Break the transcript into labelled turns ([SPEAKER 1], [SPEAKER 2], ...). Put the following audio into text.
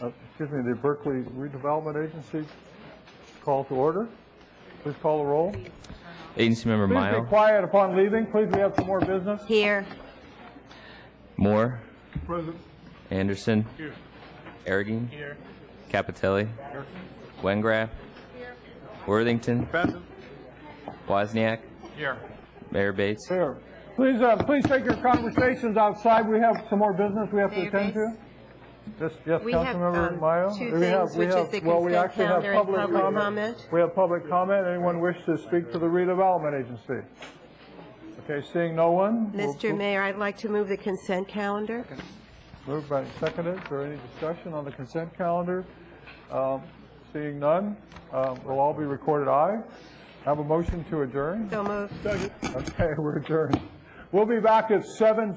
[SPEAKER 1] Uh, Excuse me, the Berkeley Redevelopment Agency call to order. Please call the roll.
[SPEAKER 2] Agency Member
[SPEAKER 1] Please be
[SPEAKER 2] Miles,
[SPEAKER 1] quiet upon leaving. Please, we have some more business.
[SPEAKER 3] Here.
[SPEAKER 2] Moore, Anderson, Aragon, Capitelli, Wengraff, Worthington, Wozniak, Mayor Bates,
[SPEAKER 1] Here. Please, uh, please take your conversations outside. We have some more business we have to
[SPEAKER 3] Mayor
[SPEAKER 1] attend to. Yes, yes,
[SPEAKER 3] We have,
[SPEAKER 1] Councilmember
[SPEAKER 3] um,
[SPEAKER 1] Mayo?
[SPEAKER 3] two
[SPEAKER 1] We have-
[SPEAKER 3] things,
[SPEAKER 1] we
[SPEAKER 3] which is
[SPEAKER 1] have-
[SPEAKER 3] the
[SPEAKER 1] well, we
[SPEAKER 3] consent
[SPEAKER 1] actually have
[SPEAKER 3] calendar and public comment.
[SPEAKER 1] We have public comment. Anyone wish to speak to the redevelopment agency? Okay, seeing no one? we'll-
[SPEAKER 3] Mr. Mayor, I'd like to move the consent calendar.
[SPEAKER 1] Moved by, seconded, is there any discussion on the consent calendar? Um, Seeing none, um, will all be recorded aye. Have a motion to adjourn?
[SPEAKER 3] So moved.
[SPEAKER 1] Okay, we're adjourned. We'll be back at seven